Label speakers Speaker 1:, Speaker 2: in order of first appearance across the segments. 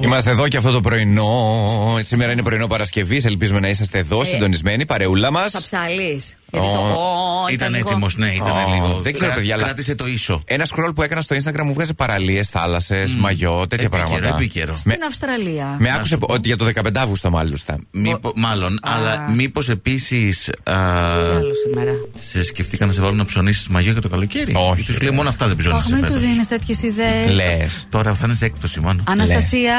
Speaker 1: Είμαστε εδώ και αυτό το πρωινό. Σήμερα είναι πρωινό Παρασκευής. Ελπίζουμε να είσαστε εδώ,
Speaker 2: Ε.
Speaker 1: συντονισμένοι, παρεούλα μας.
Speaker 2: Θα ψαλείς.
Speaker 1: Ω,
Speaker 3: Ήταν έτοιμος, ναι, ήταν
Speaker 1: Ω,
Speaker 3: λίγο.
Speaker 1: δεν ξέρω,
Speaker 3: Κρα-
Speaker 1: παιδιά, αλλά-
Speaker 3: Κράτησε το ίσο.
Speaker 1: Ένα scroll που έκανα στο Instagram μου βγάζει παραλίες, θάλασσες, μαγιό, τέτοια
Speaker 3: Επίκαιρο,
Speaker 1: πράγματα.
Speaker 3: επίκαιρο.
Speaker 1: Με,
Speaker 2: Στην Αυστραλία.
Speaker 1: με άκουσε ότι για το 15 Αύγουστο, μάλιστα.
Speaker 3: Μήπω, μάλλον, αλλά μήπως επίσης.
Speaker 2: Άλλο σήμερα.
Speaker 3: Σε σκεφτήκα να σε βάλουν να ψωνίσεις μαγιό για το καλοκαίρι.
Speaker 1: Όχι,
Speaker 3: Τους λέει μόνο αυτά δεν
Speaker 2: Αχ,
Speaker 3: ψωνίσει
Speaker 2: μην του
Speaker 3: φέτος.
Speaker 2: δίνεις τέτοιες ιδέες.
Speaker 1: Λες.
Speaker 3: Τώρα θα είναι σε έκπτωση μόνο.
Speaker 2: Αναστασία.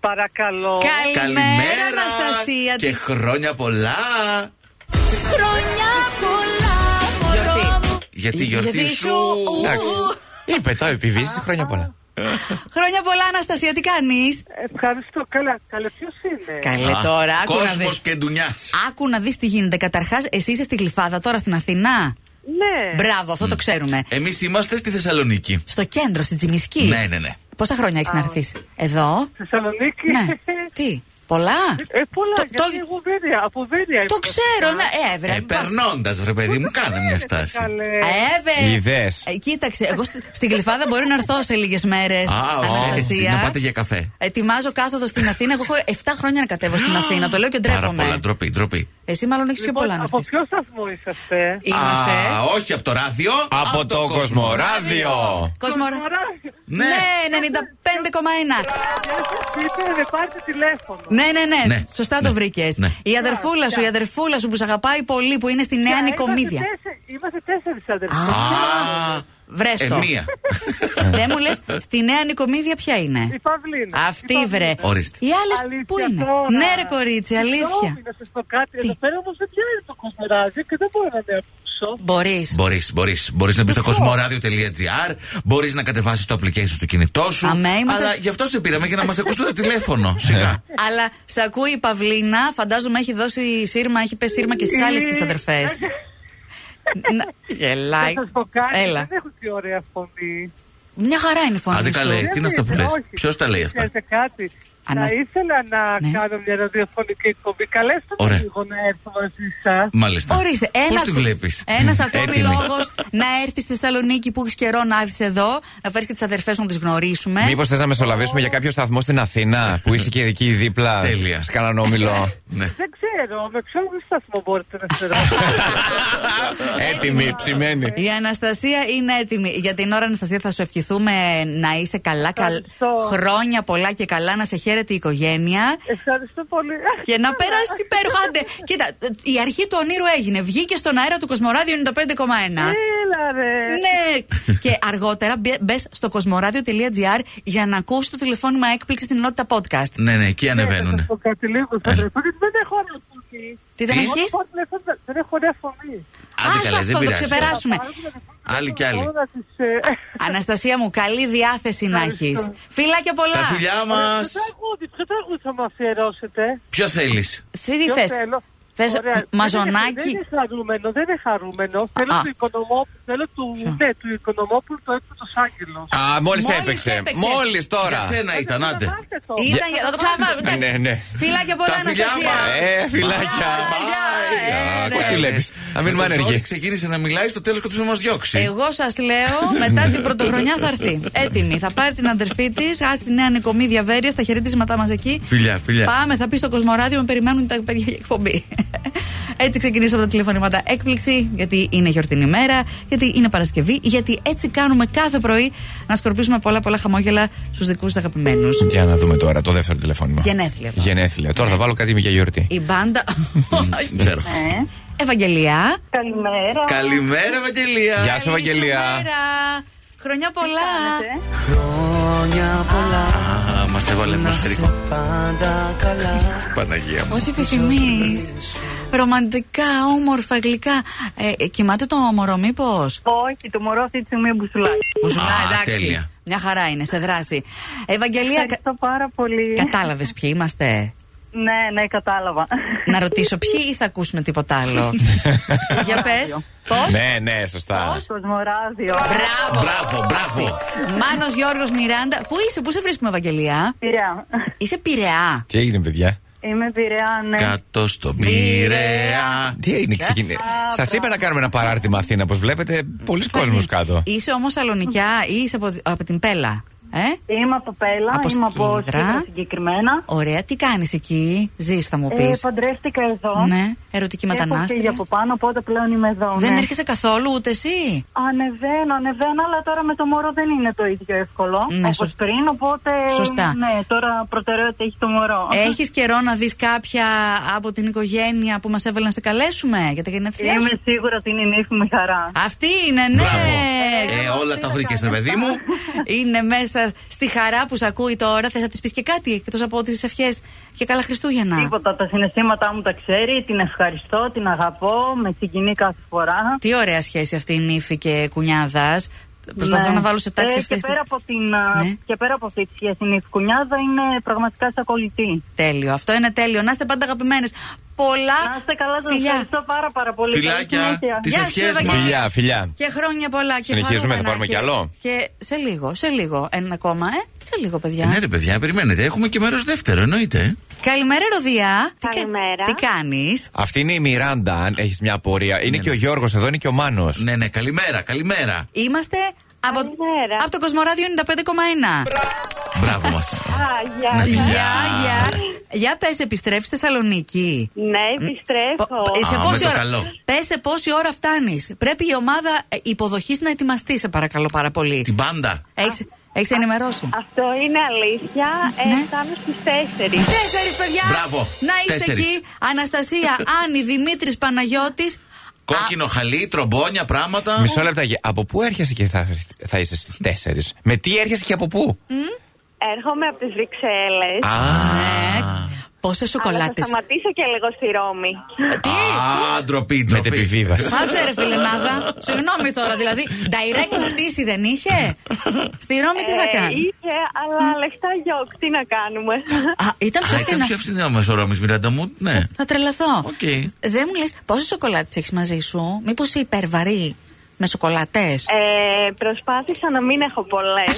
Speaker 4: Παρακαλώ.
Speaker 2: Καλημέρα, Αναστασία.
Speaker 3: και χρόνια πολλά.
Speaker 2: Χρόνια πολλά, μωρό μου.
Speaker 3: Γιατί γιορτή σου.
Speaker 1: Εντάξει. Είπε το, επιβίωση χρόνια πολλά.
Speaker 2: Χρόνια πολλά, Αναστασία, τι κάνεις.
Speaker 4: Ευχαριστώ. Καλά. Καλέ, ποιος είναι.
Speaker 2: Καλέ Ε, τώρα, άκου να
Speaker 3: Κόσμος
Speaker 2: δεις.
Speaker 3: και ντουνιάς.
Speaker 2: Άκου να δεις τι γίνεται. Καταρχάς, εσύ είσαι στη Γλυφάδα τώρα στην Αθηνά.
Speaker 4: Ναι.
Speaker 2: Μπράβο, αυτό το ξέρουμε.
Speaker 3: Εμείς είμαστε στη Θεσσαλονίκη.
Speaker 2: Στο κέντρο, στην Τσιμισκή.
Speaker 3: Ναι, ναι, ναι.
Speaker 2: Πόσα χρόνια έχεις να έρθεις εδώ.
Speaker 4: Θεσσαλονίκη.
Speaker 2: ναι. Τι, πολλά.
Speaker 4: Ε, πολλά.
Speaker 2: Το-
Speaker 4: γιατί
Speaker 2: το-
Speaker 4: εγώ Βέρεια. Από Βέρεια.
Speaker 2: Το
Speaker 4: είμαι.
Speaker 2: ξέρω, ναι. να έβρε.
Speaker 3: Ε, Περνώντα, ρε παιδί μου, κάνε μια
Speaker 4: Ε,
Speaker 3: στάση.
Speaker 4: καλέ.
Speaker 2: Έβρε.
Speaker 1: Ιδέες.
Speaker 2: Ε, Κοίταξε, εγώ στη- στην Γλυφάδα μπορεί να έρθω σε λίγες μέρες.
Speaker 3: Α, ω, έτσι, να πάτε για καφέ.
Speaker 2: Ετοιμάζω κάθοδο στην Αθήνα. Εγώ έχω 7 χρόνια να κατέβω στην Αθήνα. Το λέω και
Speaker 3: Πάρα πολλά,
Speaker 2: ντρέπομαι.
Speaker 3: ντροπή, ντροπή.
Speaker 2: Εσύ μάλλον έχεις πιο
Speaker 4: Λοιπόν,
Speaker 2: πολλά να
Speaker 4: από
Speaker 2: πεις.
Speaker 4: ποιο σταθμό είσαστε.
Speaker 2: Είμαστε.
Speaker 3: Α, όχι από το ράδιο.
Speaker 1: Από το Κοσμοράδιο.
Speaker 2: Κοσμορα...
Speaker 4: Κοσμοράδιο.
Speaker 3: Ναι.
Speaker 2: ναι 95,1.
Speaker 4: Πείτε, δεν πάρετε τηλέφωνο.
Speaker 2: Ναι, ναι, ναι.
Speaker 3: Ναι.
Speaker 2: Σωστά το
Speaker 3: Ναι.
Speaker 2: βρήκες.
Speaker 3: Ναι.
Speaker 2: Η αδερφούλα σου, η αδερφούλα σου που σε αγαπάει πολύ, που είναι στη Νέα Νικομίδια.
Speaker 4: Ναι, Είμαστε τέσσερι- Είμαστε τέσσερις αδερφοί.
Speaker 3: Α,
Speaker 2: Βρέστο.
Speaker 3: ε, μία.
Speaker 4: Ε.
Speaker 2: Δεν Ναι. μου λες, στη Νέα Νικομίδια ποια είναι.
Speaker 4: Η Παυλίνα.
Speaker 2: Αυτή βρε.
Speaker 3: Ορίστε.
Speaker 2: Οι άλλες
Speaker 4: Αλήθεια
Speaker 2: πού είναι.
Speaker 4: τώρα.
Speaker 2: Ναι, ρε κορίτσι,
Speaker 4: Συγγνώμη
Speaker 2: αλήθεια.
Speaker 4: να σας πω κάτι.
Speaker 2: Τι?
Speaker 4: Εδώ πέρα όμως δεν πιάνει το κοσμοράδιο και δεν μπορώ να το ακούσω.
Speaker 2: Μπορείς.
Speaker 3: Μπορείς, μπορείς. Μπορείς να μπεις στο κοσμοράδιο.gr, μπορείς να κατεβάσεις το application του κινητό σου.
Speaker 2: Αμέ, είμαστε- Ναι.
Speaker 3: Αλλά γι' αυτό σε πήραμε για να μας ακούσει το τηλέφωνο. Σιγά.
Speaker 2: Αλλά σε ακούει η Παυλίνα, φαντάζομαι έχει δώσει σύρμα, έχει πέσει σύρμα και στις άλλες τις αδερφέ. Γελάει.
Speaker 4: Ναι. Θα σας πω κάτι.
Speaker 2: Έλα.
Speaker 4: Δεν έχω τι ωραία φωνή.
Speaker 2: Μια χαρά είναι η φωνή
Speaker 3: Άντε
Speaker 2: σου.
Speaker 3: καλέ. Ε, τι είναι αυτά που λες?
Speaker 4: Όχι.
Speaker 3: Ποιος τα λέει αυτά?
Speaker 4: Ξέρετε κάτι.
Speaker 2: Ανα-
Speaker 4: Θα ήθελα να
Speaker 2: Ναι.
Speaker 4: κάνω μια ραδιοφωνική εκπομπή. Καλέστε με
Speaker 3: Ωραία.
Speaker 4: λίγο να έρθω μαζί σας.
Speaker 3: Μάλιστα.
Speaker 2: Ορίστε, ένα,
Speaker 3: Πώ τη βλέπεις.
Speaker 2: ένας ακόμη
Speaker 3: Έτοιμη.
Speaker 2: λόγος να έρθεις στη Θεσσαλονίκη που έχεις καιρό να έρθεις εδώ, να φέρεις και τις αδερφές μου να τις γνωρίσουμε.
Speaker 1: Μήπως θες Ε. να μεσολαβήσουμε για κάποιο σταθμό στην Αθήνα που είσαι και εκεί δίπλα.
Speaker 3: Τέλεια.
Speaker 1: Σε κανέναν όμιλο.
Speaker 3: Ναι.
Speaker 4: Δεν ξέρω, με ποιον σταθμό μπορείτε να συνεργαστείτε.
Speaker 1: Έτοιμη, ψημένη.
Speaker 2: Η Αναστασία είναι έτοιμη. Για την ώρα, Αναστασία, θα σου ευχηθούμε να είσαι καλά, καλ...
Speaker 4: Ευχαριστώ.
Speaker 2: χρόνια πολλά και καλά, να σε χαίρεται η οικογένεια.
Speaker 4: Ευχαριστώ πολύ.
Speaker 2: Και να περάσει υπέροχα. Άντε, κοίτα, ε, η αρχή του ονείρου έγινε. Βγήκε στον αέρα του Κοσμοράδιο 95,1.
Speaker 4: Έλα ρε.
Speaker 2: Ναι! και αργότερα μπε στο κοσμοράδιο.gr για να ακούσεις το τηλεφώνημα έκπληξη στην ενότητα podcast.
Speaker 3: ναι, ναι, εκεί
Speaker 4: Θα σας
Speaker 3: ανεβαίνουν.
Speaker 4: πω κάτι λίγο στο
Speaker 3: Έλα.
Speaker 4: τηλέφωνο, γιατί δεν έχω ωραία φωνή.
Speaker 2: Τι δεν
Speaker 3: Τι?
Speaker 2: έχει.
Speaker 4: Όσο πάω τηλέφωνο, Δεν έχω ωραία φωνή.
Speaker 3: Άντε καλέ,
Speaker 2: αυτό,
Speaker 3: δεν
Speaker 2: το
Speaker 3: πειράζει.
Speaker 2: ξεπεράσουμε.
Speaker 4: Πάρω τηλέφωνο,
Speaker 3: Άλλη κι άλλη.
Speaker 4: μπορώ να τις, ε,
Speaker 2: Αναστασία μου, καλή διάθεση να έχεις. Φιλάκια πολλά.
Speaker 3: Τα φιλιά μας.
Speaker 4: Ποιο τραγούδι, ποιο τραγούδι θα μου αφιερώσετε.
Speaker 3: Ποιος θέλεις.
Speaker 2: Τι τι
Speaker 4: Ποιο
Speaker 2: θες?
Speaker 4: θέλω.
Speaker 2: Θες
Speaker 4: Ωραία. Δεν είναι-
Speaker 2: μαζονάκι?
Speaker 4: Δεν είναι χαρούμενο, δεν είναι χαρούμενο. Θέλω
Speaker 2: Α.
Speaker 4: του οικονομόπουλου, θέλω του, ναι, του οικονομόπουλου, το έκπτωτο άγγελος.
Speaker 1: Α, μόλις
Speaker 2: Μόλις
Speaker 1: έπαιξε.
Speaker 2: έπαιξε.
Speaker 1: Μόλις
Speaker 3: Για
Speaker 1: τώρα.
Speaker 3: σένα Ναι, ήταν, άντε.
Speaker 2: Ήταν για- Θα το ξαναβάλουμε.
Speaker 1: Ναι, ναι.
Speaker 2: Φιλάκια πολλά,
Speaker 3: Τα φιλιά
Speaker 2: Αναστασία.
Speaker 3: μας.
Speaker 1: Ε, φυλάκια.
Speaker 3: ε.
Speaker 2: Bye.
Speaker 1: Πώ τη λέει, Να μείνουμε άνεργοι.
Speaker 3: Ξεκίνησε να μιλάει, στο τέλος και να μας διώξει.
Speaker 2: Εγώ σας λέω, μετά την πρωτοχρονιά θα έρθει. Έτοιμη. Θα πάρει την αδερφή της, ας τη νέα νοικομίδια Βέρεια, τα χαιρετίσματά μας εκεί.
Speaker 3: Φιλιά,
Speaker 1: Ναι.
Speaker 3: φιλιά.
Speaker 2: Πάμε, θα πει στο Κοσμοράδιο, με περιμένουν τα παιδιά για εκπομπή. Έτσι ξεκινήσαμε τα τηλεφωνήματα έκπληξη, γιατί είναι γιορτινή μέρα, γιατί είναι Παρασκευή, γιατί έτσι κάνουμε κάθε πρωί να σκορπίσουμε πολλά πολλά χαμόγελα στους δικούς αγαπημένους.
Speaker 1: Για να δούμε τώρα το δεύτερο τηλεφώνημα.
Speaker 2: Γενέθλια. τώρα.
Speaker 1: Γενέθλια. Τώρα θα βάλω κάτι για γιορτή.
Speaker 2: Η μπάντα.
Speaker 1: Ναι.
Speaker 3: Υπέροχο.
Speaker 2: Ε, Ευαγγελία.
Speaker 5: Καλημέρα.
Speaker 3: Καλημέρα, Ευαγγελία.
Speaker 1: Γεια σου, Ευαγγελία.
Speaker 2: Καλημέρα. Χρονιά πολλά.
Speaker 6: Χρόνια πολλά
Speaker 3: Α, μας έβαλε
Speaker 6: να
Speaker 3: προσφερικό.
Speaker 6: σε πάντα καλά
Speaker 3: Παναγία μου.
Speaker 2: Ό,τι επιθυμείς. Ρομαντικά, όμορφα, γλυκά. Ε, ε, κοιμάται το μωρό, μήπως.
Speaker 5: Όχι, το μωρό αυτή τη στιγμή μπουσουλάει.
Speaker 3: Α, τέλεια.
Speaker 2: Μια χαρά είναι, σε δράση. Ευαγγελία, κα-
Speaker 5: Ευχαριστώ πάρα πολύ.
Speaker 2: κατάλαβες ποιοι είμαστε.
Speaker 5: Ναι, ναι, κατάλαβα.
Speaker 2: Να ρωτήσω ποιοι ή θα ακούσουμε τίποτα άλλο. Για πες. Πώς.
Speaker 1: Ναι, ναι, σωστά.
Speaker 5: Κοσμοράδιο.
Speaker 2: Μπράβο.
Speaker 3: Μπράβο, μπράβο.
Speaker 2: Μάνος Γιώργος Μιράντα. Πού είσαι, πού σε βρίσκουμε, Ευαγγελία.
Speaker 5: Πειραιά.
Speaker 2: Είσαι πειραιά.
Speaker 1: Τι έγινε, παιδιά.
Speaker 5: Είμαι πειραιά, ναι.
Speaker 3: Κάτω στο μοιραία.
Speaker 1: Τι έγινε, ξεκινή. Σας είπα να κάνουμε ένα παράρτημα Αθήνα. Όπως βλέπετε, πολλοί κόσμος κάτω.
Speaker 2: Είσαι όμως Σαλονικιά ή είσαι από, από την Πέλα. Ε?
Speaker 5: Είμαι από Πέλα,
Speaker 2: Από
Speaker 5: είμαι από
Speaker 2: Σκύδρα.
Speaker 5: Σκύδρα συγκεκριμένα.
Speaker 2: Ωραία, τι κάνεις εκεί, ζεις, θα μου πει.
Speaker 5: Ε, παντρεύτηκα εδώ.
Speaker 2: Ναι, ερωτική
Speaker 5: Έχω φύγει
Speaker 2: μετανάστρια.
Speaker 5: από πάνω, οπότε πλέον είμαι εδώ.
Speaker 2: Δεν
Speaker 5: ναι.
Speaker 2: έρχεσαι καθόλου ούτε εσύ.
Speaker 5: Ανεβαίνω, ανεβαίνω, αλλά τώρα με το μωρό δεν είναι το ίδιο εύκολο
Speaker 2: Ναι,
Speaker 5: όπως
Speaker 2: σω-
Speaker 5: πριν, οπότε
Speaker 2: Σωστά.
Speaker 5: ναι, τώρα προτεραιότητα έχει το μωρό.
Speaker 2: Έχεις καιρό να δεις κάποια από την οικογένεια που μας έβαλε να σε καλέσουμε για τα γενέθλιά σου.
Speaker 5: Είμαι σίγουρα ότι είναι η νύφη μου η χαρά.
Speaker 2: Αυτή είναι, ναι!
Speaker 3: Μπράβο. Ε, όλα τα
Speaker 5: δεν
Speaker 3: βρήκε,
Speaker 5: τα
Speaker 3: ρε παιδί μου.
Speaker 2: Είναι μέσα στη χαρά που σε ακούει τώρα. Θες να της πεις και κάτι εκτός από τις ευχές και καλά Χριστούγεννα.
Speaker 5: Τίποτα, τα συναισθήματά μου τα ξέρει, την ευχαριστώ, την αγαπώ, με συγκινεί κάθε φορά.
Speaker 2: Τι ωραία σχέση αυτή η νύφη και κουνιάδας. Προσπαθώ
Speaker 5: Ναι.
Speaker 2: να βάλω σε τάξη
Speaker 5: Ε,
Speaker 2: αυτές
Speaker 5: και, πέρα από την, α,
Speaker 2: Ναι.
Speaker 5: και πέρα από αυτή τη σχέση, η κουνιάδα είναι πραγματικά στα κολλητή.
Speaker 2: Τέλειο. Αυτό είναι τέλειο. Να είστε πάντα αγαπημένες. Πολλά
Speaker 5: Να είστε καλά, σας
Speaker 2: φιλιά.
Speaker 5: ευχαριστώ πάρα πάρα πολύ. Καλή
Speaker 3: Φιλάκια,
Speaker 5: συνέχεια.
Speaker 3: τις
Speaker 2: Γεια σου,
Speaker 3: ευχές
Speaker 2: Ευαγγέλη.
Speaker 3: μας.
Speaker 1: Φιλιά, φιλιά.
Speaker 2: Και χρόνια πολλά και
Speaker 1: Συνεχίζουμε,
Speaker 2: χαρούμενα
Speaker 1: θα πάρουμε κι άλλο.
Speaker 2: Και σε λίγο, σε λίγο. Ένα ακόμα, ε. Σε λίγο, παιδιά.
Speaker 3: Ναι, ρε παιδιά, περιμένετε. Έχουμε και μέρος δεύτερο, εννοείται. ε.
Speaker 2: Καλημέρα, Ροδιά. Τι κα-
Speaker 7: Καλημέρα.
Speaker 2: Τι κάνεις.
Speaker 1: Αυτή είναι η Μιράντα, αν έχεις μια απορία. Είναι
Speaker 3: Ναι.
Speaker 1: και ο Γιώργος εδώ, είναι και ο Μάνος.
Speaker 3: Ναι, ναι, καλημέρα, καλημέρα.
Speaker 2: Είμαστε από,
Speaker 7: Καλημέρα.
Speaker 2: από το Κοσμοράδιο 95,1.
Speaker 3: Μπράβο μας.
Speaker 7: Α, γεια.
Speaker 3: Ναι.
Speaker 2: Γεια,
Speaker 3: Γεια.
Speaker 2: γεια. Για πες, επιστρέφεις στη Θεσσαλονίκη.
Speaker 7: Ναι, επιστρέφω.
Speaker 2: Πο- ε, σε
Speaker 3: Α,
Speaker 2: πόση
Speaker 3: με το
Speaker 2: ώρα,
Speaker 3: καλό.
Speaker 2: Πες σε πόση ώρα φτάνεις. Πρέπει η ομάδα υποδοχής να ετοιμαστεί, σε παρακαλώ πάρα πολύ.
Speaker 3: Την πάντα.
Speaker 2: Έχεις, έχεις ενημερώσει.
Speaker 7: Αυτό είναι αλήθεια.
Speaker 2: Ναι.
Speaker 7: Ε, φτάνω στις 4.
Speaker 2: Τέσσερις παιδιά!
Speaker 3: Μπράβο.
Speaker 2: Να είστε
Speaker 3: Τέσσερις.
Speaker 2: εκεί. Αναστασία, Άννη, Δημήτρης, Παναγιώτης.
Speaker 3: Κόκκινο χαλί, τρομπόνια, πράγματα.
Speaker 1: Μισό λεπτάκι. Από πού έρχεσαι και θα, θα είσαι στις 4. Με τι έρχεσαι και από πού.
Speaker 2: Ναι.
Speaker 7: Έρχομαι από τις Βρυξέλλες.
Speaker 3: Α,
Speaker 2: Ε, Πόσε
Speaker 7: αλλά θα
Speaker 2: σοκολάτες.
Speaker 7: σταματήσω και λίγο στη Ρώμη.
Speaker 2: Ε, Τι!
Speaker 3: α, ντροπή,
Speaker 1: Με
Speaker 3: ντροπή.
Speaker 1: τεπιβίδα.
Speaker 2: Κάτσε ρε φιλενάδα. Συγγνώμη τώρα, δηλαδή. Direct πτήση δεν είχε. Στη Ρώμη τι θα
Speaker 7: Ε,
Speaker 2: κάνει.
Speaker 7: είχε, αλλά λεφτά γιοκ. Τι να κάνουμε.
Speaker 2: Α, ήταν πιο
Speaker 3: Α, ήταν
Speaker 2: φθηνά.
Speaker 3: πιο φθηνά ο Μεσορόμη, Μιράντα μου. Ναι.
Speaker 2: Θα τρελαθώ.
Speaker 3: Οκ.
Speaker 2: Δεν μου λες πόσες σοκολάτες έχεις μαζί σου. Μήπως είσαι υπερβαρή με σοκολάτε.
Speaker 7: Ε, προσπάθησα να μην έχω πολλές.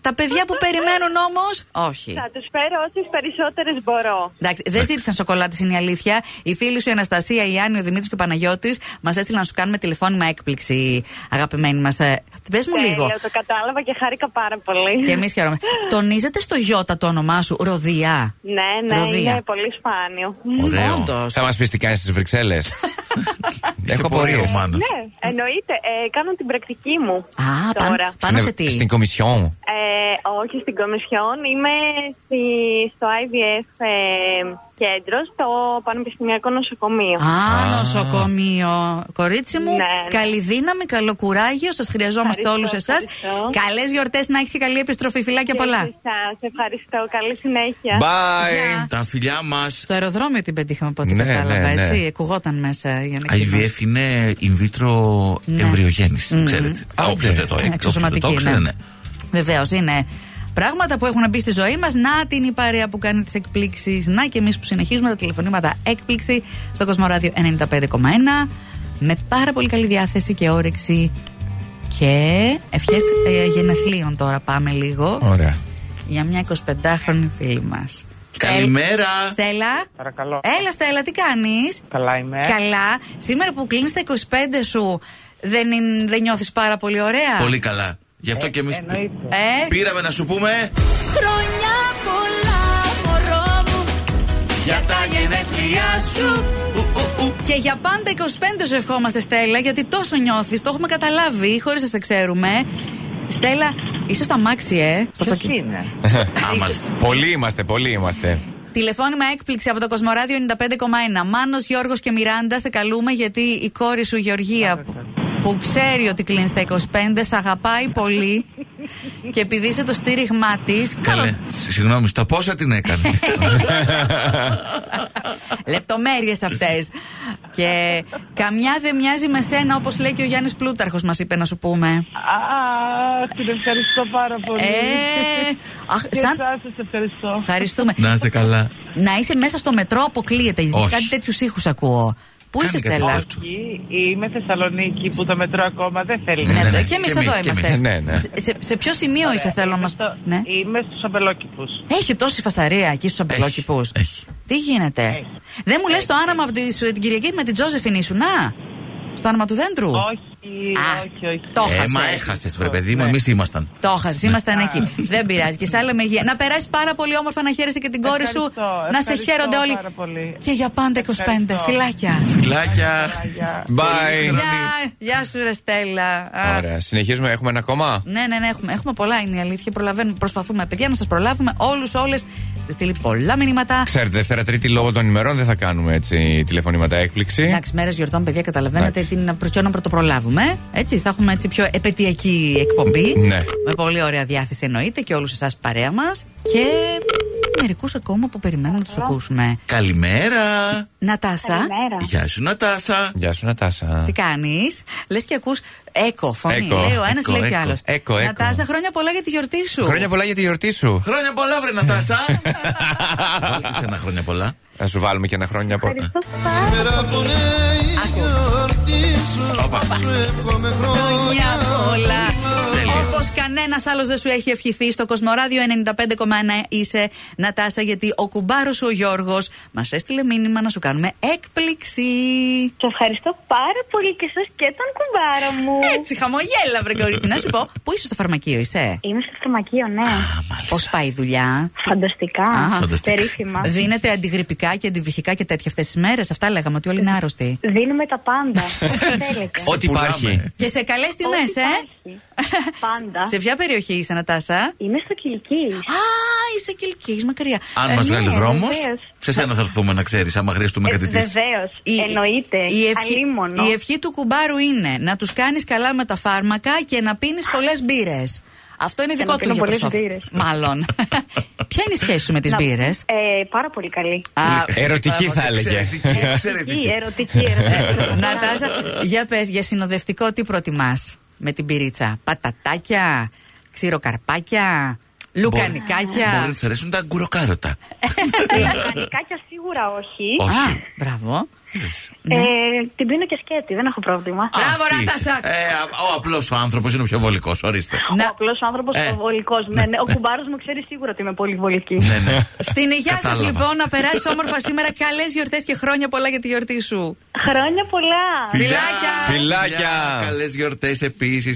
Speaker 2: Τα παιδιά που περιμένουν όμως. Όχι.
Speaker 7: θα τους φέρω όσες περισσότερες μπορώ.
Speaker 2: Εντάξει, δεν ζήτησαν σοκολάτες, είναι η αλήθεια. Η φίλη σου η Αναστασία, η Άννη, ο Δημήτρης και ο Παναγιώτης μας έστειλαν να σου κάνουμε τηλεφώνημα έκπληξη, αγαπημένοι μας. Πες μου λίγο.
Speaker 7: Τέλεια, Ε, το κατάλαβα και χάρηκα πάρα πολύ.
Speaker 2: Και εμείς χαίρομαι. Τονίζεται στο Ιώτα το όνομά σου, Ροδιά.
Speaker 7: Ναι, ναι,
Speaker 2: Ροδία.
Speaker 7: είναι πολύ σπάνιο.
Speaker 3: Ωραίο.
Speaker 2: Όντως.
Speaker 1: Θα μας πεις τι κάνεις στις Βρυξέλλες. Έχω απορίε.
Speaker 3: ο Μάνος.
Speaker 7: Ναι, εννοείται. Ε, κάνω την πρακτική μου
Speaker 2: Α, πάν-
Speaker 7: τώρα.
Speaker 2: πάνω σε τι.
Speaker 1: Στην Κομισιόν.
Speaker 7: Ε, όχι στην Κομισιόν, είμαι στη, στο IVF ε, κέντρο, στο Πανεπιστημιακό Νοσοκομείο.
Speaker 2: Α, νοσοκομείο. Κορίτσι μου,
Speaker 7: Ναι, ναι.
Speaker 2: καλή δύναμη, καλό κουράγιο. Σας χρειαζόμαστε όλου
Speaker 7: Ευχαριστώ,
Speaker 2: εσάς.
Speaker 7: ευχαριστώ.
Speaker 2: Καλές γιορτές να έχεις και καλή επιστροφή. Φιλάκια πολλά.
Speaker 7: Σας ευχαριστώ. Καλή συνέχεια.
Speaker 2: Ναι.
Speaker 1: Bye.
Speaker 3: Τα φιλιά μας.
Speaker 2: Στο αεροδρόμιο την πετύχαμε από ό,τι
Speaker 1: Ναι,
Speaker 2: κατάλαβα,
Speaker 1: ναι, ναι.
Speaker 2: έτσι. Εκουγόταν μέσα για να κοιμάσαι.
Speaker 3: IVF είναι in vitro
Speaker 2: Ναι.
Speaker 3: εμβριογέννηση, ξέρετε.
Speaker 1: Α,
Speaker 3: Όποιος
Speaker 1: ναι.
Speaker 3: δεν το έχει. δεν το
Speaker 2: Εξωσωματική,
Speaker 3: ήξερε,
Speaker 2: ναι.
Speaker 3: ναι.
Speaker 2: Βεβαίως είναι πράγματα που έχουν μπει στη ζωή μας. Να την η παρέα που κάνει τις εκπλήξεις. Να και εμείς που συνεχίζουμε τα τηλεφωνήματα έκπληξη στο Κοσμοράδιο 95,1. Με πάρα πολύ καλή διάθεση και όρεξη. Και ευχές γενεθλίων τώρα πάμε λίγο.
Speaker 1: Ωραία.
Speaker 2: Για μια 25χρονη φίλη μας.
Speaker 3: Καλημέρα.
Speaker 2: Στέλλα.
Speaker 8: Παρακαλώ.
Speaker 2: Έλα, Στέλλα, τι κάνεις.
Speaker 8: Καλά είμαι.
Speaker 2: Καλά. Σήμερα που κλείνεις τα 25 σου, δεν, είναι- δεν νιώθεις πάρα πολύ ωραία.
Speaker 3: Πολύ καλά. Γι'
Speaker 2: Ναι,
Speaker 3: αυτό και εμείς
Speaker 8: Εννοείται.
Speaker 2: Ε,
Speaker 3: πήραμε να σου πούμε.
Speaker 2: Χρόνια πολλά, μωρό μου.
Speaker 3: Για τα γενέθλιά σου. Ου, ου, ου.
Speaker 2: Και για πάντα 25 σου ευχόμαστε, Στέλλα, γιατί τόσο νιώθεις. Το έχουμε καταλάβει, χωρίς να σε ξέρουμε. Στέλλα, είσαι στο αμάξι, ε. Στο
Speaker 8: Ποιος
Speaker 2: αυτοκι-
Speaker 8: είναι.
Speaker 3: Α,
Speaker 2: Είσαι-
Speaker 3: μάλιστα.
Speaker 1: Πολλοί είμαστε, πολλοί είμαστε.
Speaker 2: Τηλεφώνημα έκπληξη από το Κοσμοράδιο 95,1. Μάνος, Γιώργος και Μιράντα, σε καλούμε γιατί η κόρη σου Γεωργία που, που ξέρει ότι κλείνεις τα 25, σε αγαπάει πολύ και επειδή είσαι το στήριγμά της.
Speaker 3: Καλέ. συ- Συγγνώμη, στα πόσα την έκανε.
Speaker 2: Λεπτομέρειες αυτές. και καμιά δεν μοιάζει με σένα, όπως λέει και ο Γιάννης Πλούταρχος, μας είπε να σου πούμε.
Speaker 8: Αχ, την ευχαριστώ πάρα πολύ.
Speaker 2: Ε, αχ,
Speaker 8: Και
Speaker 2: σαν-
Speaker 8: εσάς σας ευχαριστώ.
Speaker 2: Ευχαριστούμε.
Speaker 3: να είσαι καλά.
Speaker 2: να είσαι μέσα στο μετρό αποκλείεται, γιατί
Speaker 3: Ναι. Όχι.
Speaker 2: κάτι τέτοιους ήχους ακούω. Πού είσαι,
Speaker 3: Κάνει κάτι
Speaker 2: Στέλλα.
Speaker 3: τέτοιο.
Speaker 8: Εκεί Είμαι Θεσσαλονίκη που το μετρό ακόμα δεν θέλει
Speaker 3: Ναι,
Speaker 8: να
Speaker 2: Ναι,
Speaker 3: ναι,
Speaker 2: και εμείς
Speaker 3: και
Speaker 2: εδώ
Speaker 3: εμείς, και
Speaker 2: είμαστε.
Speaker 3: εμείς.
Speaker 1: Ναι, ναι.
Speaker 2: Σε, σε ποιο σημείο είσαι, θέλω να
Speaker 8: Είμαι
Speaker 2: μας
Speaker 8: στο-
Speaker 2: Ναι.
Speaker 8: Ε, Είμαι στους αμπελόκηπους.
Speaker 2: Έχει τόση φασαρία εκεί στους αμπελόκηπους.
Speaker 3: Έχει, έχει.
Speaker 2: Τι γίνεται.
Speaker 8: Έχει.
Speaker 2: Δεν μου λες το άναμα από τη- την Κυριακή με την Τζόζεφιν ήσουν, να. Στο άνομα του δέντρου.
Speaker 8: Όχι,
Speaker 2: Α,
Speaker 8: όχι, όχι.
Speaker 2: το
Speaker 3: Ε, μα
Speaker 2: χάσες. Ναι.
Speaker 3: έχασες, βρε παιδί μου, εμείς ήμασταν.
Speaker 2: Το έχασες,
Speaker 8: Ναι.
Speaker 2: ήμασταν εκεί. Δεν πειράζει. Και σε άλλα μεγεία. Να περάσει πάρα πολύ όμορφα, να χαίρεσαι και την κόρη σου.
Speaker 8: Ευχαριστώ,
Speaker 2: Να σε
Speaker 8: ευχαριστώ
Speaker 2: χαίρονται όλοι.
Speaker 8: πάρα πολύ.
Speaker 2: Και για πάντα 25.
Speaker 8: Ευχαριστώ.
Speaker 2: Φιλάκια.
Speaker 3: Φιλάκια.
Speaker 8: Γεια.
Speaker 1: Bye.
Speaker 2: Γεια, γεια σου, ρε Στέλλα. Α,
Speaker 1: Ωραία. Συνεχίζουμε, έχουμε ένα ακόμα.
Speaker 2: Ναι, ναι, ναι, έχουμε, έχουμε πολλά είναι η αλήθεια. Προλαβαίνουμε, προσπαθούμε, παιδιά, να σας προλάβουμε όλους, όλες. Έχετε στείλει πολλά μηνύματα.
Speaker 1: Ξέρετε, Δευτέρα Τρίτη λόγω των ημερών δεν θα κάνουμε έτσι τηλεφωνήματα έκπληξη.
Speaker 2: Εντάξει, μέρες γιορτών, παιδιά, καταλαβαίνετε
Speaker 1: Ε. Εντάξει.
Speaker 2: τι να προ- ποιο να πρωτοπρολάβουμε. Έτσι, θα έχουμε έτσι πιο επαιτειακή εκπομπή.
Speaker 1: Ναι.
Speaker 2: Με πολύ ωραία διάθεση εννοείται και όλους εσάς παρέα μας. Και μερικούς ακόμα που περιμένουμε να τους ακούσουμε.
Speaker 3: Καλημέρα.
Speaker 2: Ναι. Νατάσα,
Speaker 7: Καλημέρα.
Speaker 3: Γεια σου, Νατάσα.
Speaker 1: Γεια σου, Νατάσα.
Speaker 2: τι κάνεις. Λες και ακούς έκο φωνή.
Speaker 1: Έκο,
Speaker 2: λέει ο ένας,
Speaker 3: έκο,
Speaker 2: λέει και
Speaker 3: έκο,
Speaker 2: άλλος.
Speaker 1: έκο, έκο.
Speaker 2: Νατάσα, χρόνια πολλά για τη γιορτή σου.
Speaker 1: Χρόνια πολλά για τη γιορτή σου.
Speaker 3: Χρόνια πολλά, βρε Νατάσα.
Speaker 2: Ναι.
Speaker 3: Βάλτε σε ένα χρόνια πολλά.
Speaker 1: Να σου βάλουμε και ένα χρόνια από.
Speaker 7: Ευχαριστώ πάρα
Speaker 3: Όπα.
Speaker 2: Χρόνια πολλά. Όπως κανένας άλλος δεν σου έχει ευχηθεί, στο Κοσμοράδιο 95,1 είσαι Νατάσα, γιατί ο κουμπάρος σου ο Γιώργος μας έστειλε μήνυμα να σου κάνουμε έκπληξη.
Speaker 7: Σε ευχαριστώ πάρα πολύ και εσάς και τον κουμπάρα μου.
Speaker 2: Έτσι, χαμογέλα, βρε κορίτσι. Να σου πω, πού είσαι στο φαρμακείο, είσαι.
Speaker 7: Είμαι στο φαρμακείο, ναι.
Speaker 2: Πώς πάει η δουλειά.
Speaker 7: Φανταστικά.
Speaker 2: Α,
Speaker 3: φανταστικά.
Speaker 7: Περίφημα.
Speaker 2: Δίνετε αντιγρυπικά και αντιβυχικά και τέτοια αυτές τις μέρες. Αυτά λέγαμε ότι όλοι είναι άρρωστοι.
Speaker 7: Δίνουμε τα πάντα. Ό,τι θέλετε.
Speaker 1: Ό,τι υπάρχει.
Speaker 2: Και σε καλές τιμές,
Speaker 7: Ό,τι
Speaker 2: ε.
Speaker 7: υπάρχει. Πάντα.
Speaker 2: Σε ποια περιοχή είσαι, Νατάσα.
Speaker 7: Είμαι στο κυλική.
Speaker 2: Α, είσαι κυλκής, μακριά.
Speaker 3: Αν
Speaker 2: Ε,
Speaker 3: μα
Speaker 2: ναι. Ε,
Speaker 3: βγάλει δρόμος,
Speaker 7: βεβαίως.
Speaker 3: σε σένα θα έρθουμε να ξέρεις, άμα χρειαστούμε κάτι της.
Speaker 7: Βεβαίως. Ε, Εννοείται.
Speaker 2: η ευχή,
Speaker 7: Αλίμονο.
Speaker 2: η ευχή του κουμπάρου είναι να τους κάνεις καλά με τα φάρμακα και να πίνεις πολλές μπύρες. Αυτό είναι δικό
Speaker 7: να
Speaker 2: του
Speaker 7: πίνω πολλές
Speaker 2: γιατροσόφ.
Speaker 7: μπύρες.
Speaker 2: Μάλλον. Ποια είναι η σχέση σου με τις
Speaker 7: Να-
Speaker 2: μπύρες.
Speaker 7: Ε, πάρα πολύ καλή.
Speaker 3: Ε,
Speaker 1: Ερωτική θα έλεγε.
Speaker 7: Ε, Η
Speaker 3: Εξαιρετική.
Speaker 7: ερωτική,
Speaker 3: ε.
Speaker 7: ερωτική.
Speaker 2: Νατάσα, για πες, για συνοδευτικό τι προτιμάς με την πυρίτσα. Πατατάκια, ξηροκαρπάκια,
Speaker 3: Μπορεί να
Speaker 2: λουκανικάκια.
Speaker 3: τη αρέσουν τα γκουροκάρωτα.
Speaker 7: Κανικάκια σίγουρα όχι.
Speaker 2: Α,
Speaker 3: Όχι.
Speaker 2: μπράβο.
Speaker 7: Ε, την πίνω και σκέτη, δεν έχω πρόβλημα.
Speaker 2: Μπράβο,
Speaker 3: Αυτής
Speaker 2: Νατάσα.
Speaker 3: είσαι. Ε, α- Ο απλός ο άνθρωπος είναι ο πιο βολικός, ορίστε.
Speaker 2: Να-
Speaker 7: Ο απλό άνθρωπος,
Speaker 3: Ε.
Speaker 7: ο βολικός. Ναι, ναι. Ο κουμπάρος μου ξέρει σίγουρα ότι είμαι πολύ βολική.
Speaker 3: Ναι, ναι.
Speaker 2: Στην υγεία σας,
Speaker 3: Κατάλαβα.
Speaker 2: λοιπόν, να περάσεις όμορφα σήμερα. Καλές γιορτές και χρόνια πολλά για τη γιορτή σου.
Speaker 7: Χρόνια πολλά!
Speaker 2: Φιλάκια.
Speaker 1: Φιλάκια.
Speaker 3: Καλές γιορτές επίσης.